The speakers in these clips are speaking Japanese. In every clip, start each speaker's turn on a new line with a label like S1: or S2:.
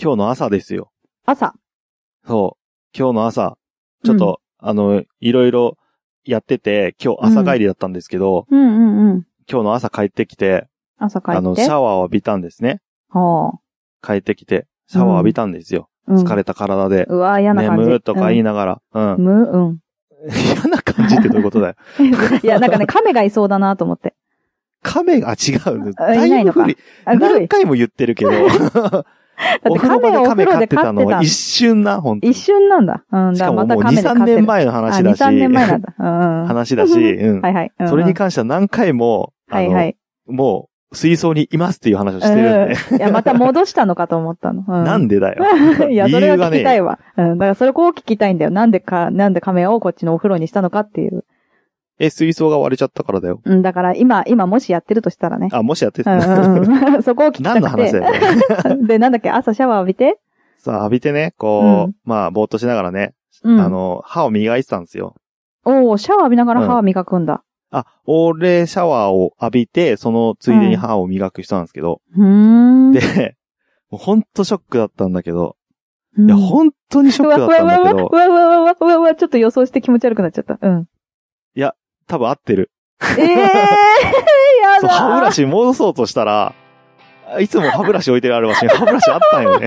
S1: 今日の朝ですよ。
S2: 朝。
S1: そう。今日の朝、ちょっと、あの、いろいろやってて、今日朝帰りだったんですけど、
S2: うんうんうん。
S1: 今日の朝帰ってきて、
S2: 朝帰って。
S1: あの、シャワーを浴びたんですね。
S2: はあ
S1: 帰ってきて、シャワー浴びたんですよ。
S2: うん
S1: 疲れた体で。
S2: うわ、嫌な感じ。
S1: 眠るとか言いながら。う。
S2: うんん。む、うん。
S1: 嫌な感じってどういうことだよ。
S2: いや、な んかね、亀がいそうだなと思って。
S1: 亀が、あ違うの。
S2: あ
S1: だ
S2: いないい
S1: ぶ
S2: のか
S1: 古い。
S2: あ、ぐる
S1: 何
S2: い。
S1: 回も言ってるけ ど。
S2: て
S1: お風呂場で
S2: 亀
S1: 亀
S2: をお風呂
S1: 飼っ
S2: で
S1: てたの
S2: 飼ってた
S1: は一瞬な、本当
S2: 一
S1: に。
S2: 瞬なんだ。うん、
S1: し
S2: だ
S1: からも
S2: ま
S1: も
S2: た
S1: う2、
S2: 亀で飼
S1: 3
S2: ってる
S1: 年。前の話だし。
S2: あ、2、3年前なんだ。うんう ん。
S1: 話だし、うん。
S2: はいはい。うんうん
S1: それに関しては何回も、あ
S2: は
S1: の
S2: いはい。
S1: もう、水槽にいますっていう話をしてるんで。
S2: うんいや、また戻したのかと思ったの。う
S1: なんでだよ。
S2: いや、
S1: 理
S2: それ
S1: 由
S2: は
S1: が
S2: 聞
S1: ね
S2: きたいわ。うん。だからそれこう聞きたいんだよ。なんでか、なんで亀をこっちのお風呂にしたのかっていう。
S1: え、水槽が割れちゃったからだよ。
S2: うん、だから今、今もしやってるとしたらね。
S1: あ、もしやって
S2: う
S1: た
S2: ん
S1: ら。
S2: うんうん。そこを聞きたく
S1: 何
S2: て。
S1: の話だ よ。
S2: で、なんだっけ、朝シャワー浴びて
S1: さあ、浴びてね、こう、
S2: う
S1: まあ、ぼーっとしながらね、
S2: うん。
S1: あの、歯を磨いてたんですよ。
S2: おーシャワー浴びながら歯磨くんだ。
S1: あ、俺、シャワーを浴びて、そのついでに歯を磨くしたんですけど、
S2: うーん。
S1: で、もうほんとショックだったんだけど、
S2: うん、
S1: いや、ほんとにショックだったんだけど
S2: う、わうわうわうわうわうわうわ、ちょっと予想して気持ち悪くなっちゃった。うん。
S1: 多分合ってる。
S2: ええー、や
S1: そ
S2: だ
S1: う、歯ブラシ戻そうとしたら、あいつも歯ブラシ置いてるある場所に歯ブラシあったんよね。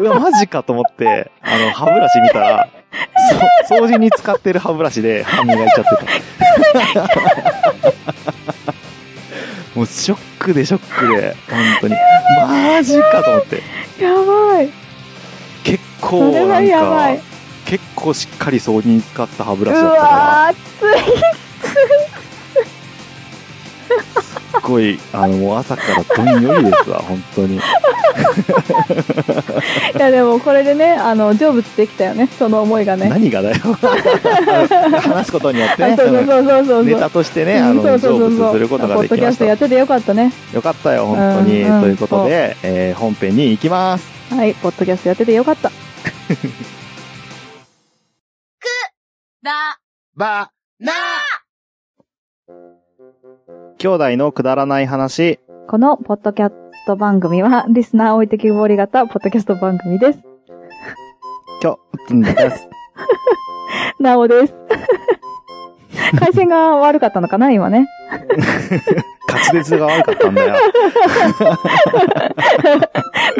S1: うわ、マジかと思って、あの、歯ブラシ見たら、そう掃除に使ってる歯ブラシで歯磨いちゃってた。 もうショックでショックで、本当に。マジかと思って。
S2: やばい。
S1: 結構
S2: それ
S1: な
S2: は
S1: ん
S2: やば
S1: か
S2: い。、
S1: 結構しっかり掃除に使った歯ブ
S2: う
S1: ラシだったから。
S2: わー、つい。
S1: すっごい、あの、もう朝からどんよりですわ、本当に。
S2: いや、でもこれでね、あの、成仏できたよね。その思いがね。
S1: 何が だよ。話すことによって
S2: あ
S1: ね
S2: そうそうそうそうそう。
S1: うん、ネタとしてね、あ
S2: うん
S1: の、
S2: そ
S1: 成
S2: うそうそうそう
S1: 仏することがで
S2: ポッド
S1: き
S2: キャ
S1: ま
S2: ス
S1: し
S2: トや
S1: た
S2: っ。ててよかったね。
S1: よかったよ、本当に。
S2: うんうん
S1: ということで、えー本編に行きます。
S2: はい、ポッドキャストやっててよかった。
S3: だ、
S4: ば、な、
S1: 兄弟のくだらない話。
S2: このポッドキャスト番組は、リスナー置いてきぼり型ポッドキャスト番組です。
S1: 今日、うんです。
S2: なおです。 回線が悪かったのかな、今ね。
S1: 滑舌が悪かったん だよ。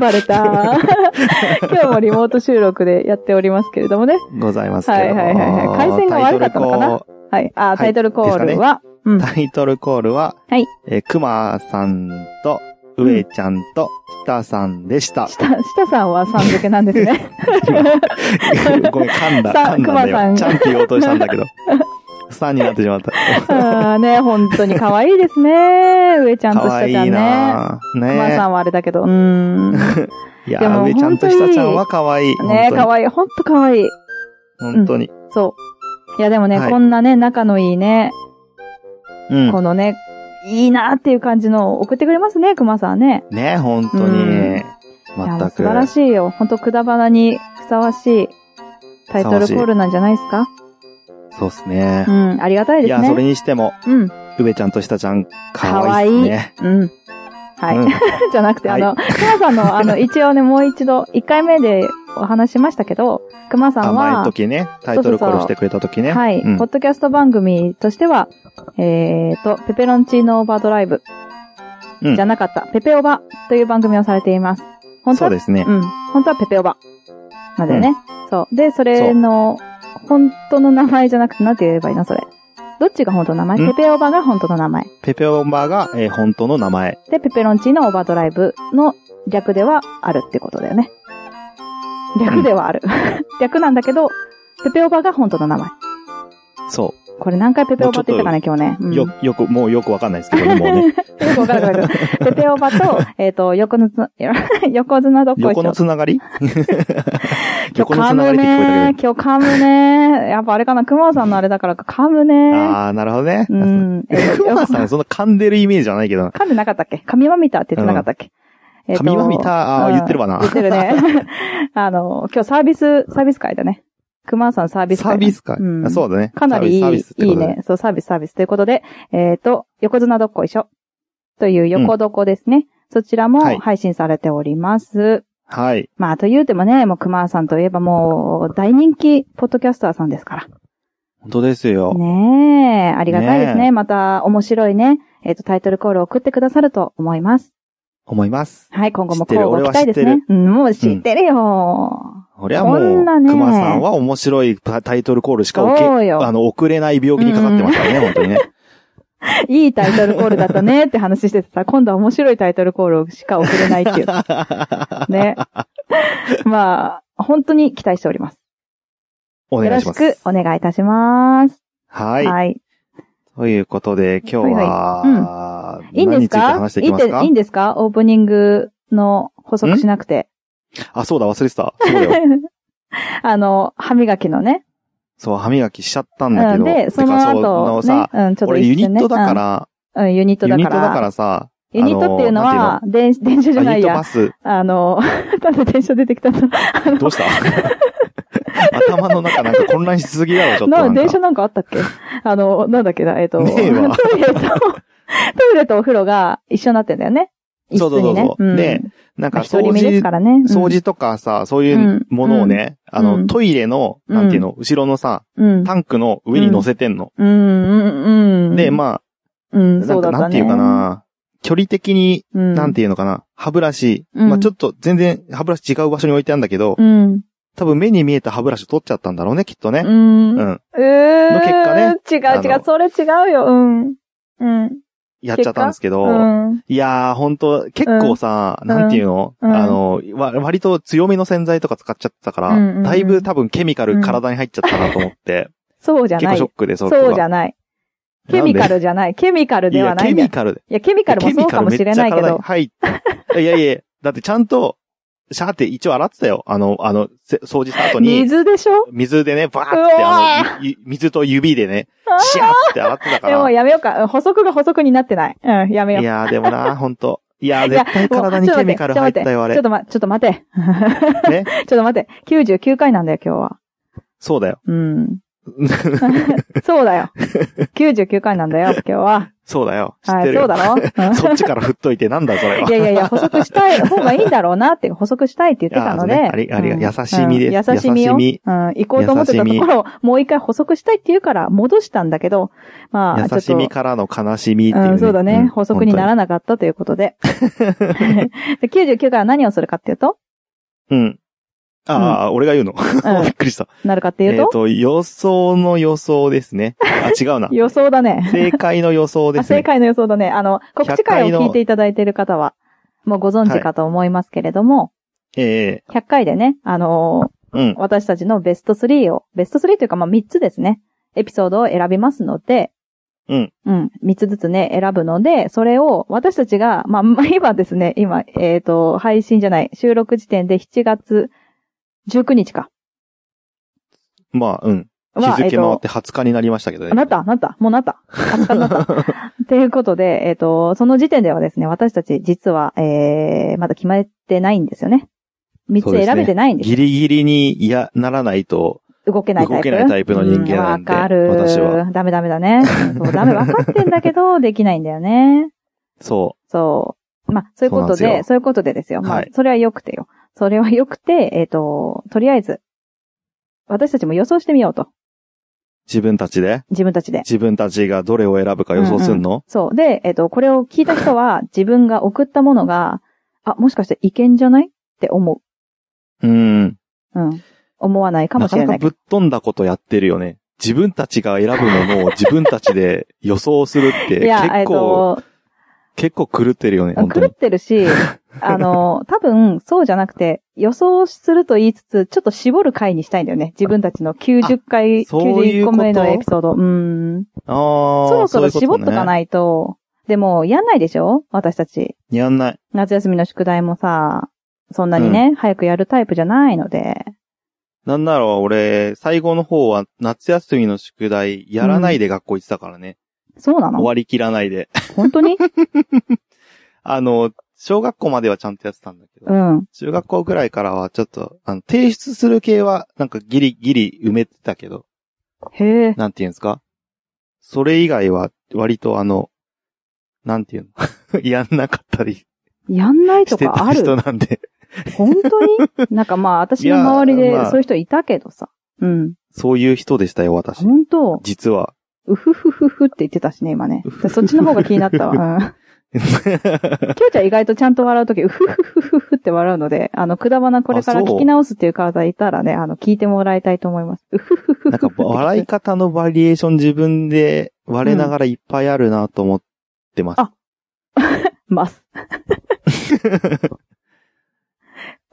S2: バ レた。今日もリモート収録でやっておりますけれどもね。
S1: ございますけど。
S2: はいはいはいはい回線が悪かったのかなはい。あ、タイトルコールは、うん。
S1: タイトルコールは、
S2: はい
S1: えー、くまさんと、うえちゃんと、したさんでした。
S2: 下、下さんはさん付けなんです ね。
S1: ごめん、噛んだ、
S2: さ
S1: 噛んだん
S2: 熊
S1: だ
S2: さ
S1: よ。
S2: ん
S1: ちゃんって言おうとしたんだけど。さんになってしまった。
S2: あーね、本当に可愛いですね。上ちゃんと
S1: か
S2: 下
S1: わい
S2: ちゃん
S1: い
S2: ね。
S1: なぁ。
S2: まあ
S1: ね
S2: さんはあれだけど、うーん。 ね
S1: え。いや
S2: で
S1: ー、
S2: も
S1: 上ちゃんと下ちゃんはかわいい。
S2: 可
S1: 本
S2: 愛い。ほんと可愛い。
S1: 当に。本当に。
S2: そう。いやでもね、
S1: はい
S2: こんなね、仲のいいね、
S1: うん。
S2: このね、いいなっていう感じのを送ってくれますね、熊さんね。
S1: ねえ、本当
S2: う
S1: に
S2: ん。いやも
S1: ま
S2: う
S1: った
S2: 素晴ら
S1: く。
S2: しいよ。ほんと、くだばなにふさわしいタイトルコールなんじゃないですか
S1: そうっすね
S2: う。ん、ありがたい
S1: い
S2: です
S1: や、それ
S2: ね。
S1: にしても、
S2: うん、
S1: 上ちゃんと下ちゃん、かわいいっすね。
S2: うん。はい。
S1: うん
S2: じゃなくて、
S1: はい
S2: あの、熊さんの、あの、一応ね、もう一度、一回目でお話しましたけど、熊さん
S1: 甘い
S2: は、
S1: 時ね、タイトルコールしてくれた時ね。
S2: はい、
S1: うん
S2: ポッドキャスト番組としては、えーと、ペペロンチーノオーバードライブ、
S1: うん
S2: じゃなかった、ペペオバという番組をされています。本当
S1: そう
S2: は
S1: ですね。
S2: うん。本当はペペオバ。なんだよね。そう。で、それの、本当の名前じゃなくて、なんて言えばいいのそれ。どっちが本当の名
S1: ん
S2: 前ペペオバが本当の名前。
S1: ペペオンバーが、えー本当の名前。
S2: で、ペペロンチーノオーバードライブの略ではあるってことだよね。略ではある。 略なんだけど、ペペオバが本当の名前。
S1: そ
S2: これ何回ペペオバって言ったかね、今日ね。う
S1: う。
S2: ん
S1: よ、よく、もうよくわかんないですけどね、もうね。
S2: よくわからなくなっちゃったペペオ バと、えっ、と、横のつ な、横綱どっこいし
S1: 横
S2: ょ
S1: の。つなが り
S2: 今日
S1: 横の
S2: 噛
S1: つなが
S2: む
S1: りって聞こえた
S2: ね
S1: け。
S2: 今日噛むね。やっぱあれかな、熊さんのあれだからか噛む
S1: ど。
S2: ね。
S1: ああ、なるほどね。
S2: うん。え っと
S1: クマさん、そんな噛んでるイメージじゃないけどな。
S2: 噛んでなかったっけ噛みまみたって言ってなかったっけ、えっと
S1: 髪は見た、あ
S2: う
S1: あ、
S2: ん
S1: 言ってるわな
S2: 言。って るね。あの、今日サービス、サービス会だね。熊さんサービス会。
S1: サービスか
S2: う。ん
S1: あそうだね。
S2: かなりい
S1: サービ
S2: い
S1: ス、って
S2: い
S1: こ
S2: い
S1: とだ。
S2: ね。そう、サービス、サービス。ということで、えっ、と、横綱どっこいしょ。という横床ですね。そちらも
S1: はい
S2: 配信されております。
S1: はい。
S2: まあ、と言うてもね、もう熊さんといえばもう、大人気ポッドキャスターさんですから。
S1: 本当ですよ。
S2: ねえ、ありがたいですね。
S1: ねえ
S2: また、面白いね、えっ、と、タイトルコールを送ってくださると思います。
S1: 思います。
S2: はい、今後も
S1: 知ってる
S2: 交互期待ですね。うん、もう知ってるよ。
S1: これはも
S2: こん
S1: う、
S2: なね
S1: 熊さんは面白いタタイトルコールしか受け、
S2: そうよ
S1: あの、送れない病気にかかってますからね、本当に ね。
S2: いいタイトルコールだったねって話して てさ、今度は面白いタイトルコールしか送れないっていう。ね。まあ、本当に期待しております。
S1: お
S2: よ
S1: 願
S2: ろ
S1: いし
S2: し
S1: ま
S2: く
S1: す。
S2: お願いいたします。
S1: はい。
S2: はい。
S1: ということで、今日は、
S2: いいんで
S1: 何
S2: す
S1: について
S2: か
S1: 話してい
S2: い
S1: き
S2: いっ
S1: ま
S2: て
S1: す
S2: い
S1: か
S2: いんですかオープニングの補足しなくて。
S1: あ、そうだ、忘れてた。そうだよ。
S2: あの、歯磨きのね。
S1: そう、歯磨きしちゃったんだ
S2: う
S1: け
S2: ん、
S1: ど。
S2: で、そ
S1: て
S2: の
S1: かそう
S2: 後、ね
S1: さ、、
S2: うん、ちょっと
S1: 俺
S2: 一
S1: ユニ
S2: 瞬ね
S1: ットだか、ら、
S2: うんうんユニット
S1: ユ
S2: だ
S1: ニッ
S2: か
S1: トだから
S2: ら。
S1: さ、
S2: ユニットっていうのは、電電車じゃ
S1: あ
S2: な
S1: ユ
S2: い
S1: ニット
S2: や
S1: バ。ス、
S2: あの、 ただ電車出てきたの。
S1: どうした 頭の中なんか混乱しすぎだろ、ちょっと
S2: な
S1: なんか。
S2: 電車なんかあったっけあの、なんだっけな、えっと、 ト
S1: ね
S2: イ
S1: え
S2: レ
S1: わ
S2: と、トイレとお風呂が一緒になってんだよね。一室
S1: そうそうそ
S2: に
S1: う
S2: ね
S1: そ。う。
S2: ん
S1: で、なんか
S2: まあ一
S1: 掃
S2: 人目です
S1: 除
S2: か、らね。
S1: 掃除とかさ、そういうものをね、
S2: ん
S1: あ
S2: う
S1: の、
S2: ん
S1: トイレの、なんていうの、後ろのさ、
S2: うん。
S1: タンクの上に乗せてんの。
S2: うん、うん、うん。
S1: で、ま
S2: あ、う
S1: あ、
S2: ん、
S1: な
S2: そ
S1: ん
S2: うだ
S1: か、
S2: ったね。
S1: なんていうかな、距離的に、
S2: うん。
S1: なんていうのかな、歯ブラシ、
S2: うん
S1: まあちょっと全然歯ブラシ違う場所に置いてあるんだけど、
S2: うん。
S1: 多分目に見えた歯ブラシを取っちゃったんだろうね、きっとね。
S2: うん。
S1: うん。
S2: うー
S1: の結果ね。
S2: 違
S1: あ
S2: う違う
S1: の、
S2: それ違うよ。うん。うん。
S1: やっちゃったんですけど、
S2: うん。
S1: いやー、ほんと、結構さ、
S2: ん
S1: なんていうの、
S2: うん
S1: あの、わ割と強めの洗剤とか使っちゃってたから、
S2: うんうんうん
S1: だいぶ多分ケミカル体に入っちゃったなと思って、
S2: そうじゃ
S1: 結
S2: な
S1: 構ショ
S2: い
S1: ッ。クで、そこが
S2: そうじゃない。ケミカルじゃない。ケミカル
S1: い
S2: では
S1: や、
S2: ない
S1: ケ
S2: んだよ
S1: ミ。カルで。
S2: いや、ケミカルもそうかもしれないけど。
S1: はい。いやいや、だってちゃんと、シャーって一応洗ってたよ。あの、あの、せ掃除した後に、
S2: 水でしょ
S1: 水でね、バー
S2: う
S1: って、
S2: わー
S1: あの、ゆ水と指でね、
S2: あー
S1: シャーって洗ってたか
S2: でも
S1: ら。い
S2: やめようか。うん補足が補足になってない。うん、やめよう。
S1: やー、でもな、ほんと。いやー、
S2: いや
S1: 絶対体に
S2: もうちょっと待
S1: ケ
S2: って
S1: ミカル入ったよ、あ
S2: ちょっ
S1: れ。
S2: と待って、ちょっと待って。
S1: ね。
S2: ちょっと待って。99回なんだよ、今日は。
S1: そうだよ。
S2: うん。そうだよ。99回なんだよ、今日は。
S1: そうだよ。知っ
S2: は
S1: て
S2: い、
S1: る
S2: そ
S1: よ。
S2: うだろ、うん
S1: そっちから振っといて、なんだ それは。
S2: いやいやいや、補足したい方がいいんだろうなって、補足したいって言ってたので。
S1: あそうねありありが優しみです
S2: うん優しみを。
S1: 優しみ
S2: うん、行こうと思ってたところ、もう一回補足したいって言うから戻したんだけど、まあ、ちょ
S1: 優
S2: っと。
S1: しみからの悲しみっていう、
S2: うん、そうだね。
S1: ん
S2: 補足にならなかったということで。 で99回は何をするかっていうと、
S1: うん。ああ、俺が言うの。 びっくりした。
S2: なるかって
S1: え
S2: い
S1: っ、
S2: うと、。
S1: と、予想の予想ですね。あ、違うな
S2: 予想だね。
S1: 正解の予想で
S2: あ
S1: すね。
S2: 正解の予想だね。あの、告知会を聞いていただいている方は、もうご存知かと思いますけれども、
S1: え
S2: 100回でね、あの
S1: えうん
S2: ー。私たちのベスト3を、ベスト3というかまあ3つですね、エピソードを選びますので、
S1: うん。
S2: うん。3つずつね、選ぶので、それを私たちが、まあ、まあ今ですね、今、えっ、と、配信じゃない、収録時点で7月19日か。
S1: まあ、うん。日
S2: は、えっ、
S1: 付回っ
S2: と、
S1: て20日になりましたけどね。
S2: なったなったもうなった20日にな ったということで、えっ、と、その時点ではですね、私たち実は、えー、まだ決めてないんですよね。3つ
S1: そうですね
S2: 選べてないんです
S1: ギリギリに、いや、ならないと、
S2: 動けないタイ
S1: 動
S2: プ。
S1: けないタイプの人間なんで
S2: うわかる。
S1: 私は
S2: ダメダメだ ね。そうダメわかってんだけど、できないんだよね。
S1: そ
S2: そう。まあ、そういうこと
S1: そうなん
S2: で、
S1: です
S2: そう
S1: よ
S2: いうことでですよ。まあ、
S1: はい
S2: それは良くてよ。それは良くて、えっ、と、とりあえず、私たちも予想してみようと。
S1: う。自分たちで
S2: 自分たちで。
S1: 自分たちがどれを選ぶか予想すんの、
S2: そう。で、えっ、と、これを聞いた人は、自分が送ったものが、あ、もしかして意見じゃないって思
S1: うん、うん。
S2: う。うん。思わないかも
S1: な
S2: し
S1: か
S2: れ
S1: な
S2: な
S1: か
S2: いけど。
S1: ぶっ飛んだことやってるよね。自分たちが選ぶも のを自分たちで予想するって、
S2: いや、え
S1: 結
S2: っ、
S1: 構、
S2: と、
S1: 結構狂ってるよね、本当
S2: 狂っ
S1: に。
S2: て るし、あの、多分、そうじゃなくて、予想すると言いつつ、ちょっと絞る回にしたいんだよね。自分たちの90回、
S1: あそうい
S2: 91
S1: う
S2: 個
S1: こと
S2: 目のエピソード。うん。
S1: ああ、
S2: そろそろ絞っとか
S1: い
S2: ないと、でも、やんないでしょ私たち。
S1: うことね。やんない。
S2: 夏休みの宿題もさ、そんなにね、早くやるタイプじゃないので。
S1: なんなら俺、最後の方は夏休みの宿題やらないで学校行ってたからね。
S2: そうなの
S1: 終わりきらないで。
S2: 本当に
S1: あの、小学校まではちゃんとやってたんだけど、
S2: うん。
S1: 中学校ぐらいからはちょっと、あの、提出する系はなんかギリギリ埋めてたけど、
S2: へえ。
S1: なんていうんですか それ以外は割とあの、なんていうのやんなかったり
S2: やんない
S1: し
S2: と
S1: て
S2: か
S1: た
S2: ある
S1: 人なんで、
S2: 本当になんかまあ、私の周り
S1: い
S2: で
S1: やまあ
S2: そういう人いたけどさ。うん。
S1: そういう人でしたよ、私。
S2: 本当
S1: 実は。
S2: うふふふふって言ってたしね、今ね。そっちの方が気になったわ。うん きょうちゃん意外とちゃんと笑うとき、うふふふふふって笑うので、あの、くだばなこれから
S1: あそう
S2: 聞き直すっていう方いたらね、あの、聞いてもらいたいと思います。うふふふふ。
S1: なんか、笑い方のバリエーション自分で割れながらいっぱいあるなと思ってます。
S2: あます。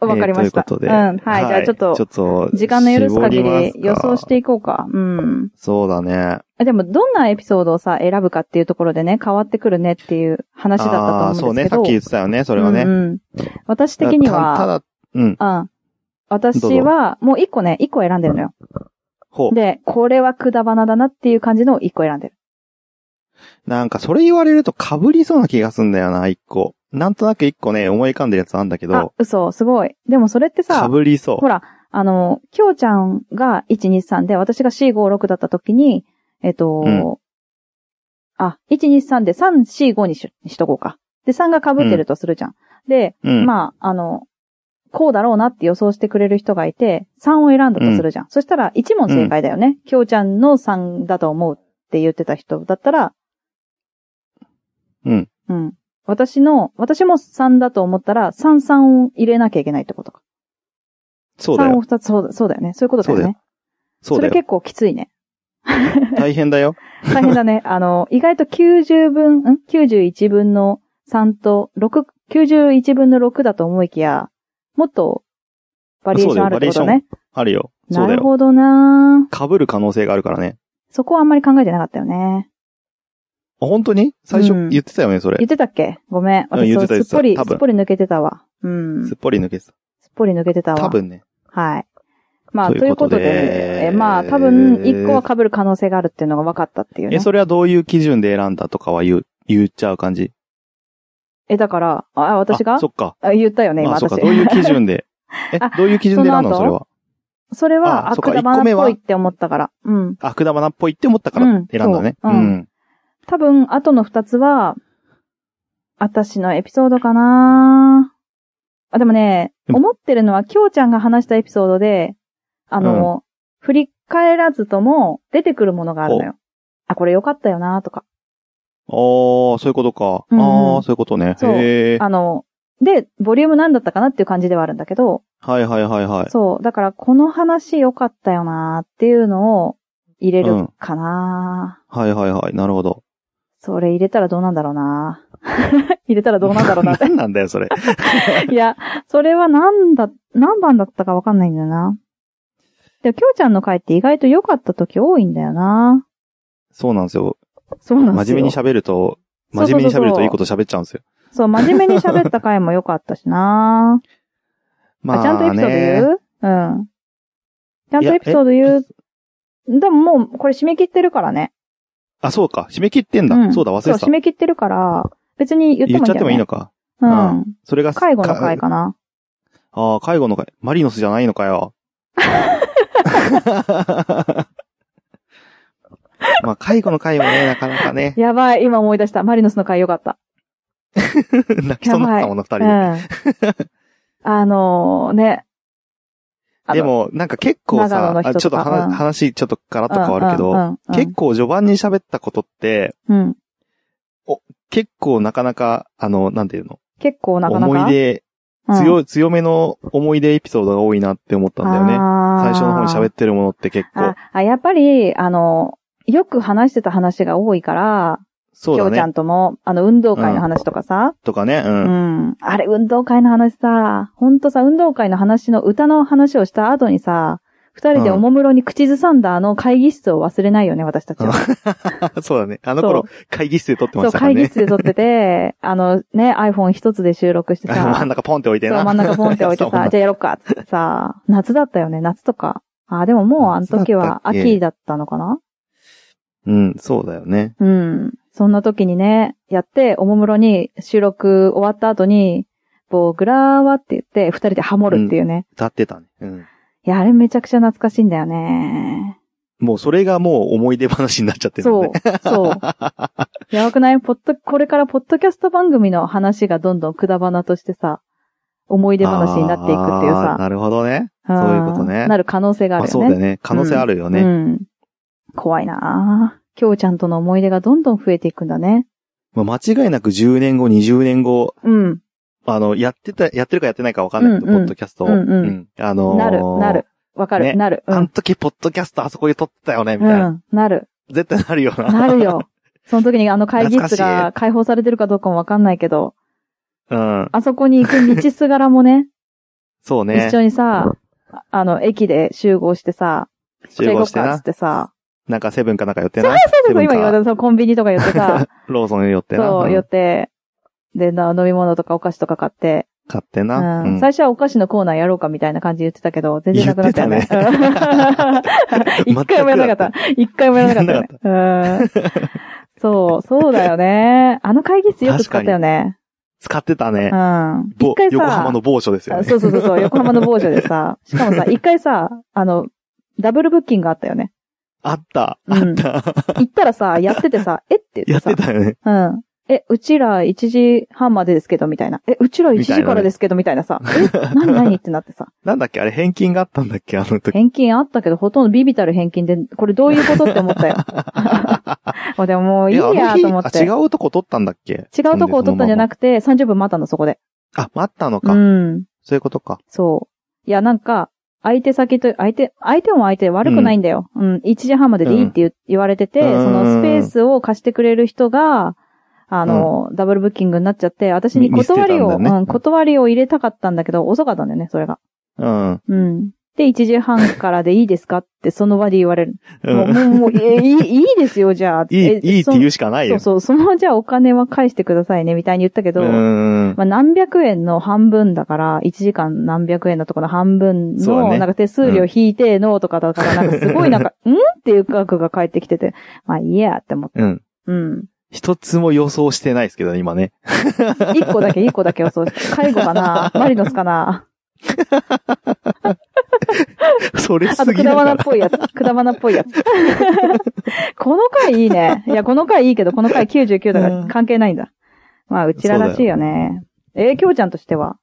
S2: わかりました。
S1: えーということで。
S2: うん。はい。じゃあちょっと、
S1: と
S2: 時間の許す限
S1: 絞ま
S2: り
S1: すか
S2: 予想していこうか。うん。
S1: そうだね。
S2: あでも、どんなエピソードをさ、選ぶかっていうところでね、変わってくるねっていう話だったと思うんですけど。
S1: あーそうね、さっき言ってたよね、そ
S2: そ
S1: れはね。
S2: うんうん。私的には、
S1: たただ、うん、
S2: うん。私は、もう一個ね、一個選んでるのよ。
S1: ほう。
S2: で、これはくだばなだなっていう感じのを一個選んでる。
S1: なんか、それ言われると被りそうな気がすんだよな、一個。なんとなく一個ね、思い浮かんでるやつあんだけ
S2: あ
S1: ど、、
S2: 嘘、すごい。でもそれってさ、
S1: 被りそ
S2: ほら、あの、きょうちゃんが123で、私が456だった時に、えっと、
S1: うん
S2: あ、123で345にししとこうか。で、3が被ってるとするじゃん。で、
S1: う。うん。
S2: まあ、あの、こうだろうなって予想してくれる人がいて、3を選んだとするじゃん。そしたら1問正解だよね。きょうちゃんの3だと思うって言ってた人だったら、
S1: うん。
S2: うん。私の、私も3だと思ったら、33を入れなきゃいけないってことか。
S1: そうだ
S2: 3
S1: よ
S2: を。2つ、そうだそうだよね。そういうことだよね。
S1: そうだ
S2: れ
S1: よ。
S2: 結構きついね。
S1: 大変だよ。
S2: 大変だ ね。あの、意外と90分、ん ?91 分の3と6、91分の6だと思いきや、もっとバリエーションあるってことね。
S1: あるよ。そ
S2: な
S1: うだ
S2: る
S1: よ。
S2: ほどな
S1: 被る可能性があるからね。
S2: そこはあんまり考えてなかったよね。
S1: あ本当に最初
S2: うん
S1: 言ってたよね、それ
S2: 言っ。てたっけごめん。
S1: うん
S2: 私、
S1: 言っ
S2: そう
S1: てた
S2: す
S1: 言
S2: っ
S1: ってた
S2: ぽり、す
S1: 多分
S2: っぽり抜けてたわ。うん。
S1: す
S2: す
S1: っぽり抜けてた。
S2: っぽり抜けてたわ。
S1: 多分ね。
S2: はい。まあ、
S1: と
S2: と
S1: い
S2: いうう
S1: こ
S2: ことと
S1: で
S2: で、えまあ、多分、一個は被る可能性があるっていうのが分かったっていうね
S1: え、。それはどういう基準で選んだとかは言う、言っちゃう感じ
S2: え、だから、あ、私が
S1: あそっか。
S2: あ言ったよね、今、
S1: あ、そ
S2: 私
S1: っか。。どういう基準 でえ
S2: あ、
S1: どういう基準で選んだ
S2: その
S1: のそれ
S2: 後
S1: は。
S2: それは、
S1: あ
S2: あ、
S1: そっか
S2: くだば
S1: 一個目
S2: なっ
S1: は
S2: ぽいって思ったから。うん。
S1: あ、くだばなっぽいって思ったから
S2: うん
S1: 選んだね。う
S2: そううん
S1: ん。
S2: 多分、後の二つは、私のエピソードかなあ、でもね、
S1: うん
S2: 思ってるのは、きょうちゃんが話したエピソードで、あの、振り返らずとも出てくるものがあるのよ。あ、これ良かったよなとか。
S1: あー、そういうことか。
S2: うん
S1: あー、そういうことね。
S2: そう
S1: へー。
S2: あの、で、ボリューム何だったかなっていう感じではあるんだけど、
S1: はいはいはいはい。
S2: そう、だからこの話良かったよなっていうのを入れるかな、
S1: はいはいはい。なるほど。
S2: それ入れたらどうなんだろうな 入れたらどうなんだろうな って。
S1: 何なんだよ、そ れ。
S2: いや、それはなんだ、何番だったかわかんないんだよな。でも、きょうちゃんの回って意外と良かった時多いんだよな。
S1: そうなんですよ。
S2: そうなんです
S1: 真
S2: よ。
S1: 面目に喋ると、
S2: そ
S1: 真
S2: うそうそうそ
S1: 面
S2: う
S1: 目に喋るといいこと喋っちゃうんですよ。
S2: そう、真面目に喋った回も良かったしな。
S1: ま
S2: あ、ちゃんとエピソード言ううん。ちゃん
S1: いや
S2: とエピソード言う。でももう、これ締め切ってるからね。
S1: あ、そうか。締め切ってん
S2: う
S1: だ。
S2: ん
S1: そうだ、忘
S2: そ
S1: れ
S2: う、
S1: てた
S2: 締。め切ってるから、別に言って
S1: 言っ
S2: もいいん
S1: ちゃっ
S2: だよ、ね。
S1: てもいいのか。
S2: うん。
S1: それが、
S2: 介護の回かな。
S1: ああ、介護の会、マリノスじゃないのか よ。まあ、介護の会もね、なかなか ね、
S2: やばい、今思い出した。マリノスの回良かった。
S1: 泣きそうになったもんな、二人
S2: う
S1: で。
S2: ん。 あのー、ね。あの
S1: で、も、なんか結構
S2: 長野
S1: さ、
S2: の
S1: あちょ
S2: 人
S1: っ
S2: と
S1: と
S2: か
S1: 話、
S2: うん
S1: 話ちょっとガラッ
S2: う
S1: と変わるけど、
S2: ん
S1: 結構序盤に喋ったことって、
S2: うんうんうん
S1: 結構なかなか、あの、なんていうの
S2: 結構なかなか。
S1: 思い出、強い、強めの思い出エピソードが多いなって思ったんだよね。最初の方に喋
S2: っ
S1: ってるものって結構
S2: あ。あ、やっぱり、あの、よく話してた話が多いから、
S1: そう
S2: きょ
S1: だ
S2: うちゃ
S1: ね。
S2: んとも、あの、運動会の話とかさ、
S1: とかね、う。
S2: うんん、あれ、運動会の話さ、ほんとさ、運動会の話の歌の話をした後にさ、二人でおもむろに口ずさんだあの会議室を忘れないよね、私たちは。
S1: そうだね。あの
S2: そう
S1: 頃、会議室で撮ってま
S2: そ
S1: し
S2: う、
S1: たから
S2: 会
S1: ね
S2: 議。室で撮っ てて、あのね、iPhone 一つで収録して
S1: 真
S2: さ
S1: ん、中ポンって置いて
S2: そ
S1: な。
S2: う、真ん中ポンって置い て
S1: そう
S2: さ、じゃあやろっか、つってさ、夏だったよね、夏とか。あ、でももうあの時は
S1: 夏だったっけ
S2: 秋だったのかな
S1: うん、そうだよね。
S2: うん。そんな時にね、やって、おもむろに収録終わった後に、僕らはって言って、二人でハモるっていうね。
S1: 歌ってたね。うん。
S2: いや、あれめちゃくちゃ懐かしいんだよね。
S1: もうそれがもう思い出話になっちゃってるん
S2: そ
S1: で、
S2: う
S1: ね。、
S2: そう。 やばくないポッド、これからポッドキャスト番組の話がどんどんくだばなとしてさ、思い出話になっていくっていう
S1: あー
S2: さ。
S1: なるほどね。そういうことね
S2: あーなる可能性があ
S1: ま
S2: るよ
S1: あ
S2: ね。
S1: そうだよね。可能性あるよね。
S2: うん。怖いなぁ。きょうちゃんとの思い出がどんどん増えていくんだね。
S1: まあ、間違いなく10年後、20年後、
S2: うん。
S1: あの、やってた、やってるかやってないかわかんないけど、
S2: うんうん
S1: ポッドキャストを。
S2: うんうん
S1: あのー
S2: なる、なる。。わか
S1: ね
S2: る、なる。う
S1: あの
S2: ん。
S1: 時、ポッドキャストあそこで撮ってたよね、み
S2: う
S1: たいな。
S2: ん。なる。
S1: 絶対なるよな。
S2: なるよ。その時にあの会議室
S1: 懐かし
S2: が解放されてるかどうかもわかんないけど、
S1: うん。
S2: あそこに行く道すがらもね、
S1: そうね
S2: 一。緒にさ、ああの、駅で集合してさ、じ
S1: 集
S2: ゃあ行
S1: 合
S2: こ
S1: し
S2: う
S1: て
S2: かっつ
S1: な
S2: っ。てさ、
S1: なんかセブンかなんか寄っ てな。
S2: そうそう、
S1: セブン
S2: 今
S1: か
S2: 言われた、そう、コンビニとか言っ てさ、
S1: ローソン寄ってな。
S2: そう、
S1: ん
S2: 寄って、で、な飲み物とかお菓子とか買って、
S1: 買ってな。
S2: う
S1: うん
S2: ん、最初はお菓子のコーナーやろうかみたいな感じで言ってたけど、全然なくなったよね。
S1: 言
S2: 一回もやらなかった。一回もやらなかったよね。うんそう、そうだよね。あの会議室よく使ったよね。
S1: 使ってたね
S2: う。ん。
S1: ぼ
S2: 一回さ、
S1: 横浜の某所ですよ
S2: あ
S1: ね。
S2: そうそうそうそう、横浜の某所でさ、しかもさ、一回さ、あの、ダブルブッキングあったよね。
S1: あった。
S2: う
S1: あっ
S2: ん
S1: た。
S2: 行ったらさ、やってて さ、えって言
S1: や
S2: っ
S1: って
S2: さ
S1: て。たよね。
S2: うん。え、うちら1時半までですけど、みたいな。え、うちら1
S1: みたいな
S2: 時
S1: ね
S2: からですけど、みたいなさ。え、何何ってなって さ。
S1: なんだっけあれ、返金があったんだっけあの時。
S2: 返金あったけど、ほとんどビビたる返金で、これどういうことって思った よ。あでももうい い
S1: えあの
S2: や
S1: 日
S2: と思って。
S1: あ
S2: 違
S1: 違うとこ取ったんだっけ
S2: うとこを取ったんじゃな
S1: く
S2: くて、30分待ったの、そこで。
S1: あ、待ったのか。
S2: うん。
S1: そういうことか。
S2: そう。いや、なんか、相手先と、相手、相手も相手悪くないんだよ。うん。1時半まででいいって言,、言われてて、
S1: うん
S2: そのスペースを貸してくれる人が、あの、ダブルブッキングになっちゃって、私に断り
S1: 見見捨
S2: を、
S1: てたんだよね
S2: うん、断りを入れたかったんだけど、遅かったんだよね、それが。
S1: うん。
S2: うん。で、1時半からでいいですかって、その場で言われる。
S1: う。
S2: もうんもう、もう、えいい、いいですよ、じゃあ。
S1: いい、いいって言
S2: う
S1: うしかない
S2: そ
S1: よ。
S2: うそう、その、じゃあお金は返してくださいね、みたいに言ったけど、
S1: うん。
S2: まあ、何百円の半分だから、1時間何百円のところの半分
S1: そうだ
S2: の、
S1: ね
S2: なんか手数料引いてのとかだ から、なんかすごいなんか、んっていう額が返ってきてて、まあ、いいやって思って。
S1: うん。
S2: うん。
S1: 一つも予想してないですけどね、今ね。
S2: 一個だけ、一個だけ予想して。介護かなマリノスかな
S1: それ
S2: あと、
S1: す
S2: く
S1: ぎ
S2: だ
S1: だ
S2: ば
S1: か
S2: なっ
S1: ら。
S2: ぽいやつ。くだばなっぽいやつ。 この回いいね。いや、この回いいけど、この回99だか
S1: う
S2: ら
S1: ん
S2: 関係ないんだ。まあ、うちららしいよね。えー、きょうちゃんとしては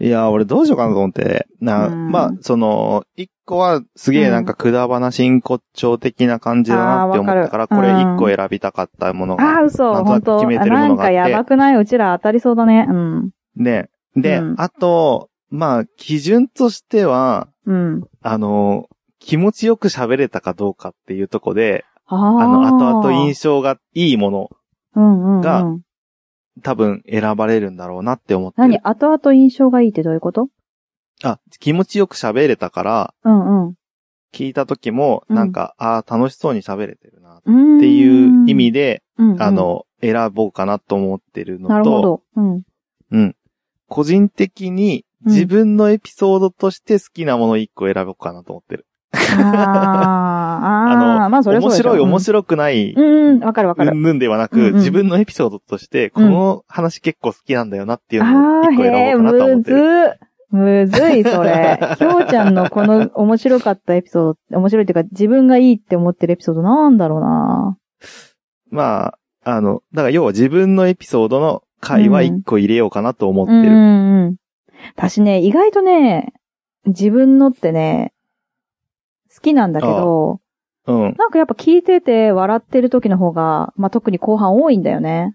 S2: い
S1: や、俺どうしようかなと思って。な、
S2: うん
S1: まあ、その、一個はすげえなんかくだばな真骨頂的な感じだなって思ったから、
S2: あー
S1: こ
S2: わか
S1: れ
S2: る
S1: 一個選びたかったもの
S2: あ
S1: が。
S2: あ、嘘、
S1: なんとな
S2: 本
S1: く
S2: 当
S1: 決めてるも
S2: な
S1: の
S2: ん
S1: があっ
S2: か
S1: て
S2: やばくないうちら当たりそうだね。うん。
S1: ね。で
S2: う、ん
S1: あと、まあ、基準としては、
S2: うん。
S1: あの、気持ちよく喋れたかどうかっていうとこで、
S2: あ
S1: あ
S2: あ
S1: の、後々印象がいいもの、
S2: 象
S1: が
S2: うんうんうん、
S1: 多分選ばれるんだろうなって思ってる。
S2: 何後々印象がいいってどういうこと
S1: あ、気持ちよく喋れたから、
S2: うんうん。
S1: 聞いた時も、
S2: うん
S1: なんか、ああ、楽しそうに喋れてるな、っ
S2: うーん
S1: ていう意味、で、
S2: うんうん
S1: あ、の、選ぼうかなと思ってるの
S2: なるほ
S1: と、
S2: ど。 うん。
S1: 個人的に
S2: うん
S1: 自分のエピソードとして好きなものを一個選ぼうかなと思ってる。
S2: あーあー、まあそれはそ
S1: 面
S2: うでしょ
S1: 白い、面白くない、
S2: うんうんうん、わかるわか
S1: う
S2: る。
S1: んぬんではなく、
S2: うんうん
S1: 自分のエピソードとして、この話結構好きなんだよなっていうのを
S2: ああ
S1: 一個
S2: ー、へ
S1: 選
S2: え、
S1: ぼうかなと思っ
S2: む
S1: てる。
S2: ず。むずい、それ。きょうちゃんのこの面白かったエピソード、面白いっていうか自分がいいって思ってるエピソードなんだろうな
S1: まあ、あの、だから要は自分のエピソードの回は一個入れようかなと思って
S2: う
S1: る。
S2: んうん。私ね、意外とね、自分のってね、好きなんだけど、
S1: うん。
S2: なんかやっぱ聞いてて笑ってる時の方が、まあ、特に後半多いんだよね。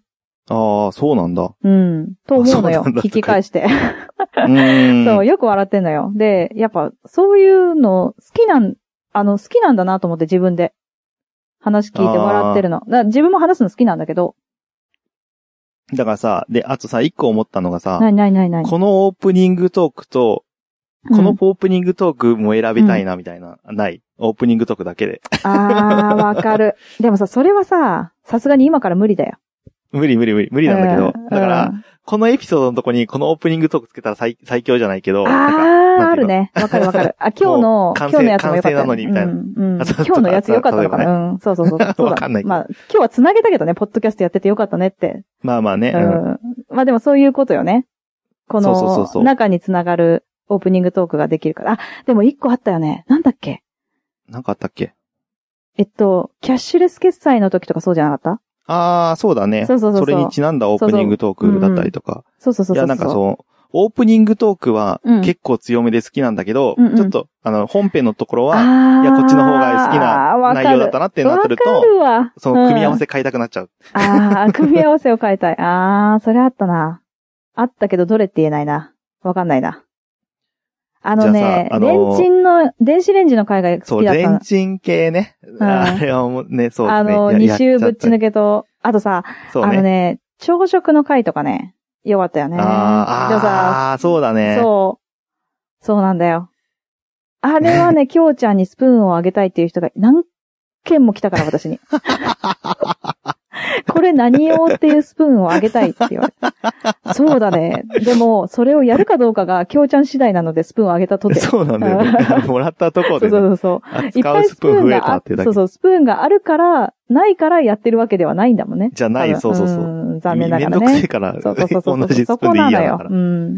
S1: ああ、そうなん だ。
S2: うん。と思うの
S1: あ
S2: よ。
S1: そうなんだ
S2: 聞き返して。
S1: うーん。
S2: そう、よく笑ってんのよ。で、やっぱ、そういうの、好きなん、あの、好きなんだなと思って自分で。話聞いて笑ってるの。だから自分も話すの好きなんだけど。
S1: だからさ、で、あとさ、一個思ったのがさ
S2: な、いないないない。
S1: このオープニングトークと、
S2: うん
S1: このオープニングトークも選びたいな、みたいな、ない。オープニングトークだけで。
S2: あー、わかる。でもさ、それはさ、さすがに今から無理だよ。
S1: 無理無理無理、無理なんだけど
S2: う。ん
S1: だか
S2: う
S1: ら、
S2: ん
S1: このエピソードのとこにこのオープニングトークつけたら最最強じゃないけど、なんか
S2: あー、
S1: な
S2: あ
S1: んていう
S2: る
S1: の
S2: ね。わかるわ かる。あ、今日の、今
S1: 完
S2: 日
S1: 成
S2: のやつも良か
S1: 完
S2: ったよね。
S1: 成なのにみたいな
S2: うんうん
S1: あそう
S2: 今日のやつ良かったのか
S1: 例えば
S2: な。うん。そう そうそう。そう
S1: わ
S2: だ
S1: かんないけど
S2: まあ、今日は繋げたけどね、ポッドキャストやってて良かったねって。
S1: まあまあね、
S2: う
S1: うん
S2: ん。まあでもそういうことよね。こ
S1: そうそうそうそ
S2: の、
S1: う
S2: 中に繋がるオープニングトークができるから。あ、でも一個あったよね。なんだっけ
S1: なんかあったっけ
S2: えっと、キャッシュレス決済の時とかそうじゃなかっ
S1: ああ、そうだね
S2: た。そうそうそうそう。
S1: それにちなんだオープニングトークだったりとか。
S2: そうそうそうそう。
S1: いや、なんかそう、オープニングトークは
S2: うん
S1: 結構強めで好きなんだけど、
S2: うんうん
S1: ちょっと、あの、本編のところは、
S2: あー
S1: いや、こっちの方が好きな内容だったなってなってる
S2: わか
S1: と、
S2: るわ。
S1: その組み合
S2: せ
S1: わせ変えたくなっちゃう。
S2: ああ、組み合わせを変えたい。ああ、それあったな。あったけど、どれって言えないな。わかんないな。あの
S1: じゃあ
S2: ね、
S1: さあのー
S2: レンチンの、電子レンジの海外
S1: そ
S2: 好
S1: う、
S2: きだっ
S1: レ
S2: た
S1: ン
S2: の。
S1: チン系ね。
S2: ん
S1: あれはもうね、そうです
S2: あ
S1: ね。
S2: のー、
S1: いや
S2: 二周ぶっち
S1: や
S2: 抜
S1: ゃ
S2: けと、あとさ、
S1: たそう
S2: あの
S1: ね。
S2: ね、朝食の会とかね、よかったよね。でも
S1: あ
S2: さ、
S1: ーあー、そうだね。
S2: そう、そうなんだよ。あれは ね、きょうちゃんにスプーンをあげたいっていう人が何件も来たから、私に。これ何用っていうスプーンをあげたいって言われた。そうだね。でも、それをやるかどうかが、きょうちゃん次第なので、スプーンをあげたとて。
S1: そうなんだよ ね。もらったとこ
S2: そ
S1: で
S2: うそ
S1: ね。
S2: うそう。いっ
S1: 使
S2: ぱ
S1: う
S2: い
S1: ス
S2: ス
S1: プ
S2: プ
S1: ー
S2: ー
S1: ン
S2: ン
S1: 増えた
S2: が
S1: っ
S2: あ
S1: ていうだ
S2: そう
S1: け。
S2: そう、スプーンがあるから、ないからやってるわけではないんだもんね。
S1: じゃない、
S2: 多分
S1: そうそうそう。
S2: ん残念ながら
S1: めんどくせえ
S2: ね。
S1: から、
S2: そ
S1: 同
S2: うそうそうそう。
S1: じスプ
S2: そ
S1: ーン
S2: こ
S1: でい
S2: ない
S1: や
S2: の
S1: だから
S2: よ。う。ん。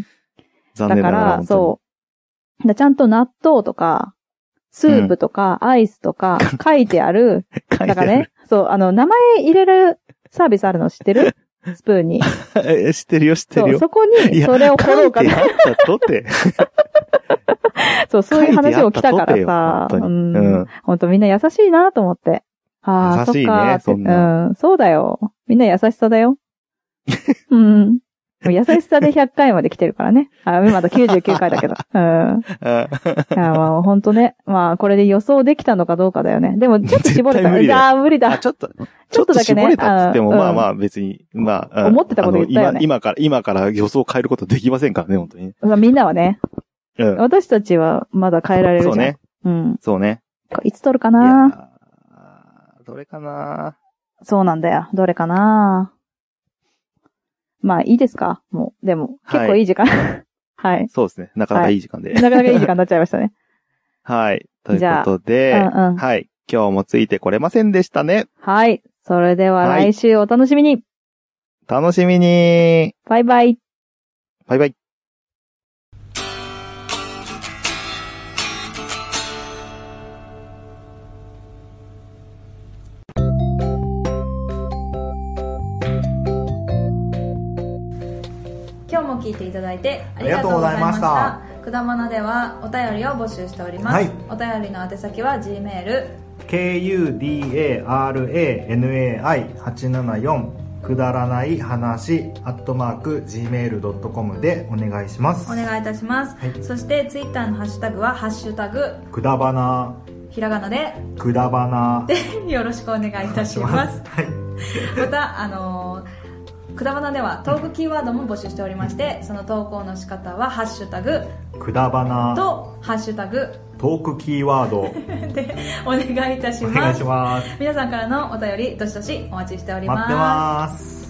S1: 残
S2: だ
S1: 念
S2: か
S1: ながら本
S2: ら、
S1: 当に。
S2: そう。だちゃんと納豆とか、スープとか、アイスと か、書いてある。
S1: 書いて
S2: だか
S1: あ
S2: らね
S1: る。、
S2: そう、あの、名前入れるサービスあるの知っ てるスプーンに。
S1: え知ってるよ、知って
S2: そ
S1: る
S2: う、
S1: よ。
S2: そこ
S1: い
S2: に、
S1: や
S2: それを掘ろうか
S1: 書いて
S2: な。
S1: あったと って。
S2: そう、そういう話を来たか
S1: 書いてあ
S2: ら
S1: っ
S2: さ、
S1: たとてよ本当に
S2: う
S1: うん
S2: ん。本当みんな優しいなと思って。ああ、そ
S1: 優しいね
S2: っかーって。
S1: そんな
S2: うん、そうだよ。みんな優しさ だよ。うん。もう優しさで100回まで来てるからね。あ、まだ99回だけど。うん。
S1: あ
S2: いや、まあ、ほんとね。まあ、これで予想できたのかどうかだよね。でも、ちょっと絞れ
S1: 絶対
S2: た。
S1: 無理だよ
S2: ああー、無理
S1: あ、
S2: だ。
S1: ちょっと、
S2: ちょっとだけね
S1: ちょっと絞れたっつっても、
S2: うん
S1: まあまあ別に、まあ、うん
S2: 思ってたこと言ったよね
S1: あの今今から、今から予想を変えることできませんからね、本当に。
S2: まあみんなはね。
S1: うん。
S2: 私たちはまだ変えられるじゃ
S1: そ
S2: ん。
S1: うね。
S2: うん。
S1: そうね。
S2: いつ取るか
S1: いや
S2: な
S1: ーどれかな
S2: そうなんだよ。どれかなまあ、いいですかもう、でも、
S1: はい
S2: 結構いい時間。 はい。
S1: そうですね。なかなかいい時間で。
S2: なかなかいい時間になっちゃいましたね。
S1: はい。ということ
S2: う
S1: で、
S2: んうん。
S1: はい。今日もついてこれませんでしたね。
S2: はい。それでは
S1: はい
S2: 来週お楽しみに。
S1: 楽しみに
S2: バイバイ。
S1: バイバイ。
S4: 今日も聞いていただいてあ
S5: あ
S4: り
S5: り
S4: が
S5: が
S4: と
S5: と
S4: う
S5: う
S4: ご
S5: ご
S4: ざ
S5: ざ
S4: い
S5: い
S4: ま
S5: ま
S4: し
S5: した
S4: たくだまなではお便りを募集しております、
S5: はい
S4: お便りの宛先は G メール
S5: kudaranai874 くだらない話アットマーク gmail.com でお願いします
S4: お願いいたします、
S5: はい
S4: そしてツイッターのハッシュタグは「ハッシュタグ
S5: くだばな
S4: ひらがなで
S5: くだばな」
S4: でよろしくお願いいたします
S5: はい
S4: またあのーくだばなではトークキーワードも募集しておりましてその投稿の仕方は「ハッシュタグ
S5: くだば」な
S4: と「ハッシュタグ
S5: トークキーワード」
S4: でお願いいたし
S5: お
S4: ま
S5: 願い
S4: す
S5: します
S4: 皆さんからのお便りどしどしお待ちしており
S5: 待ってます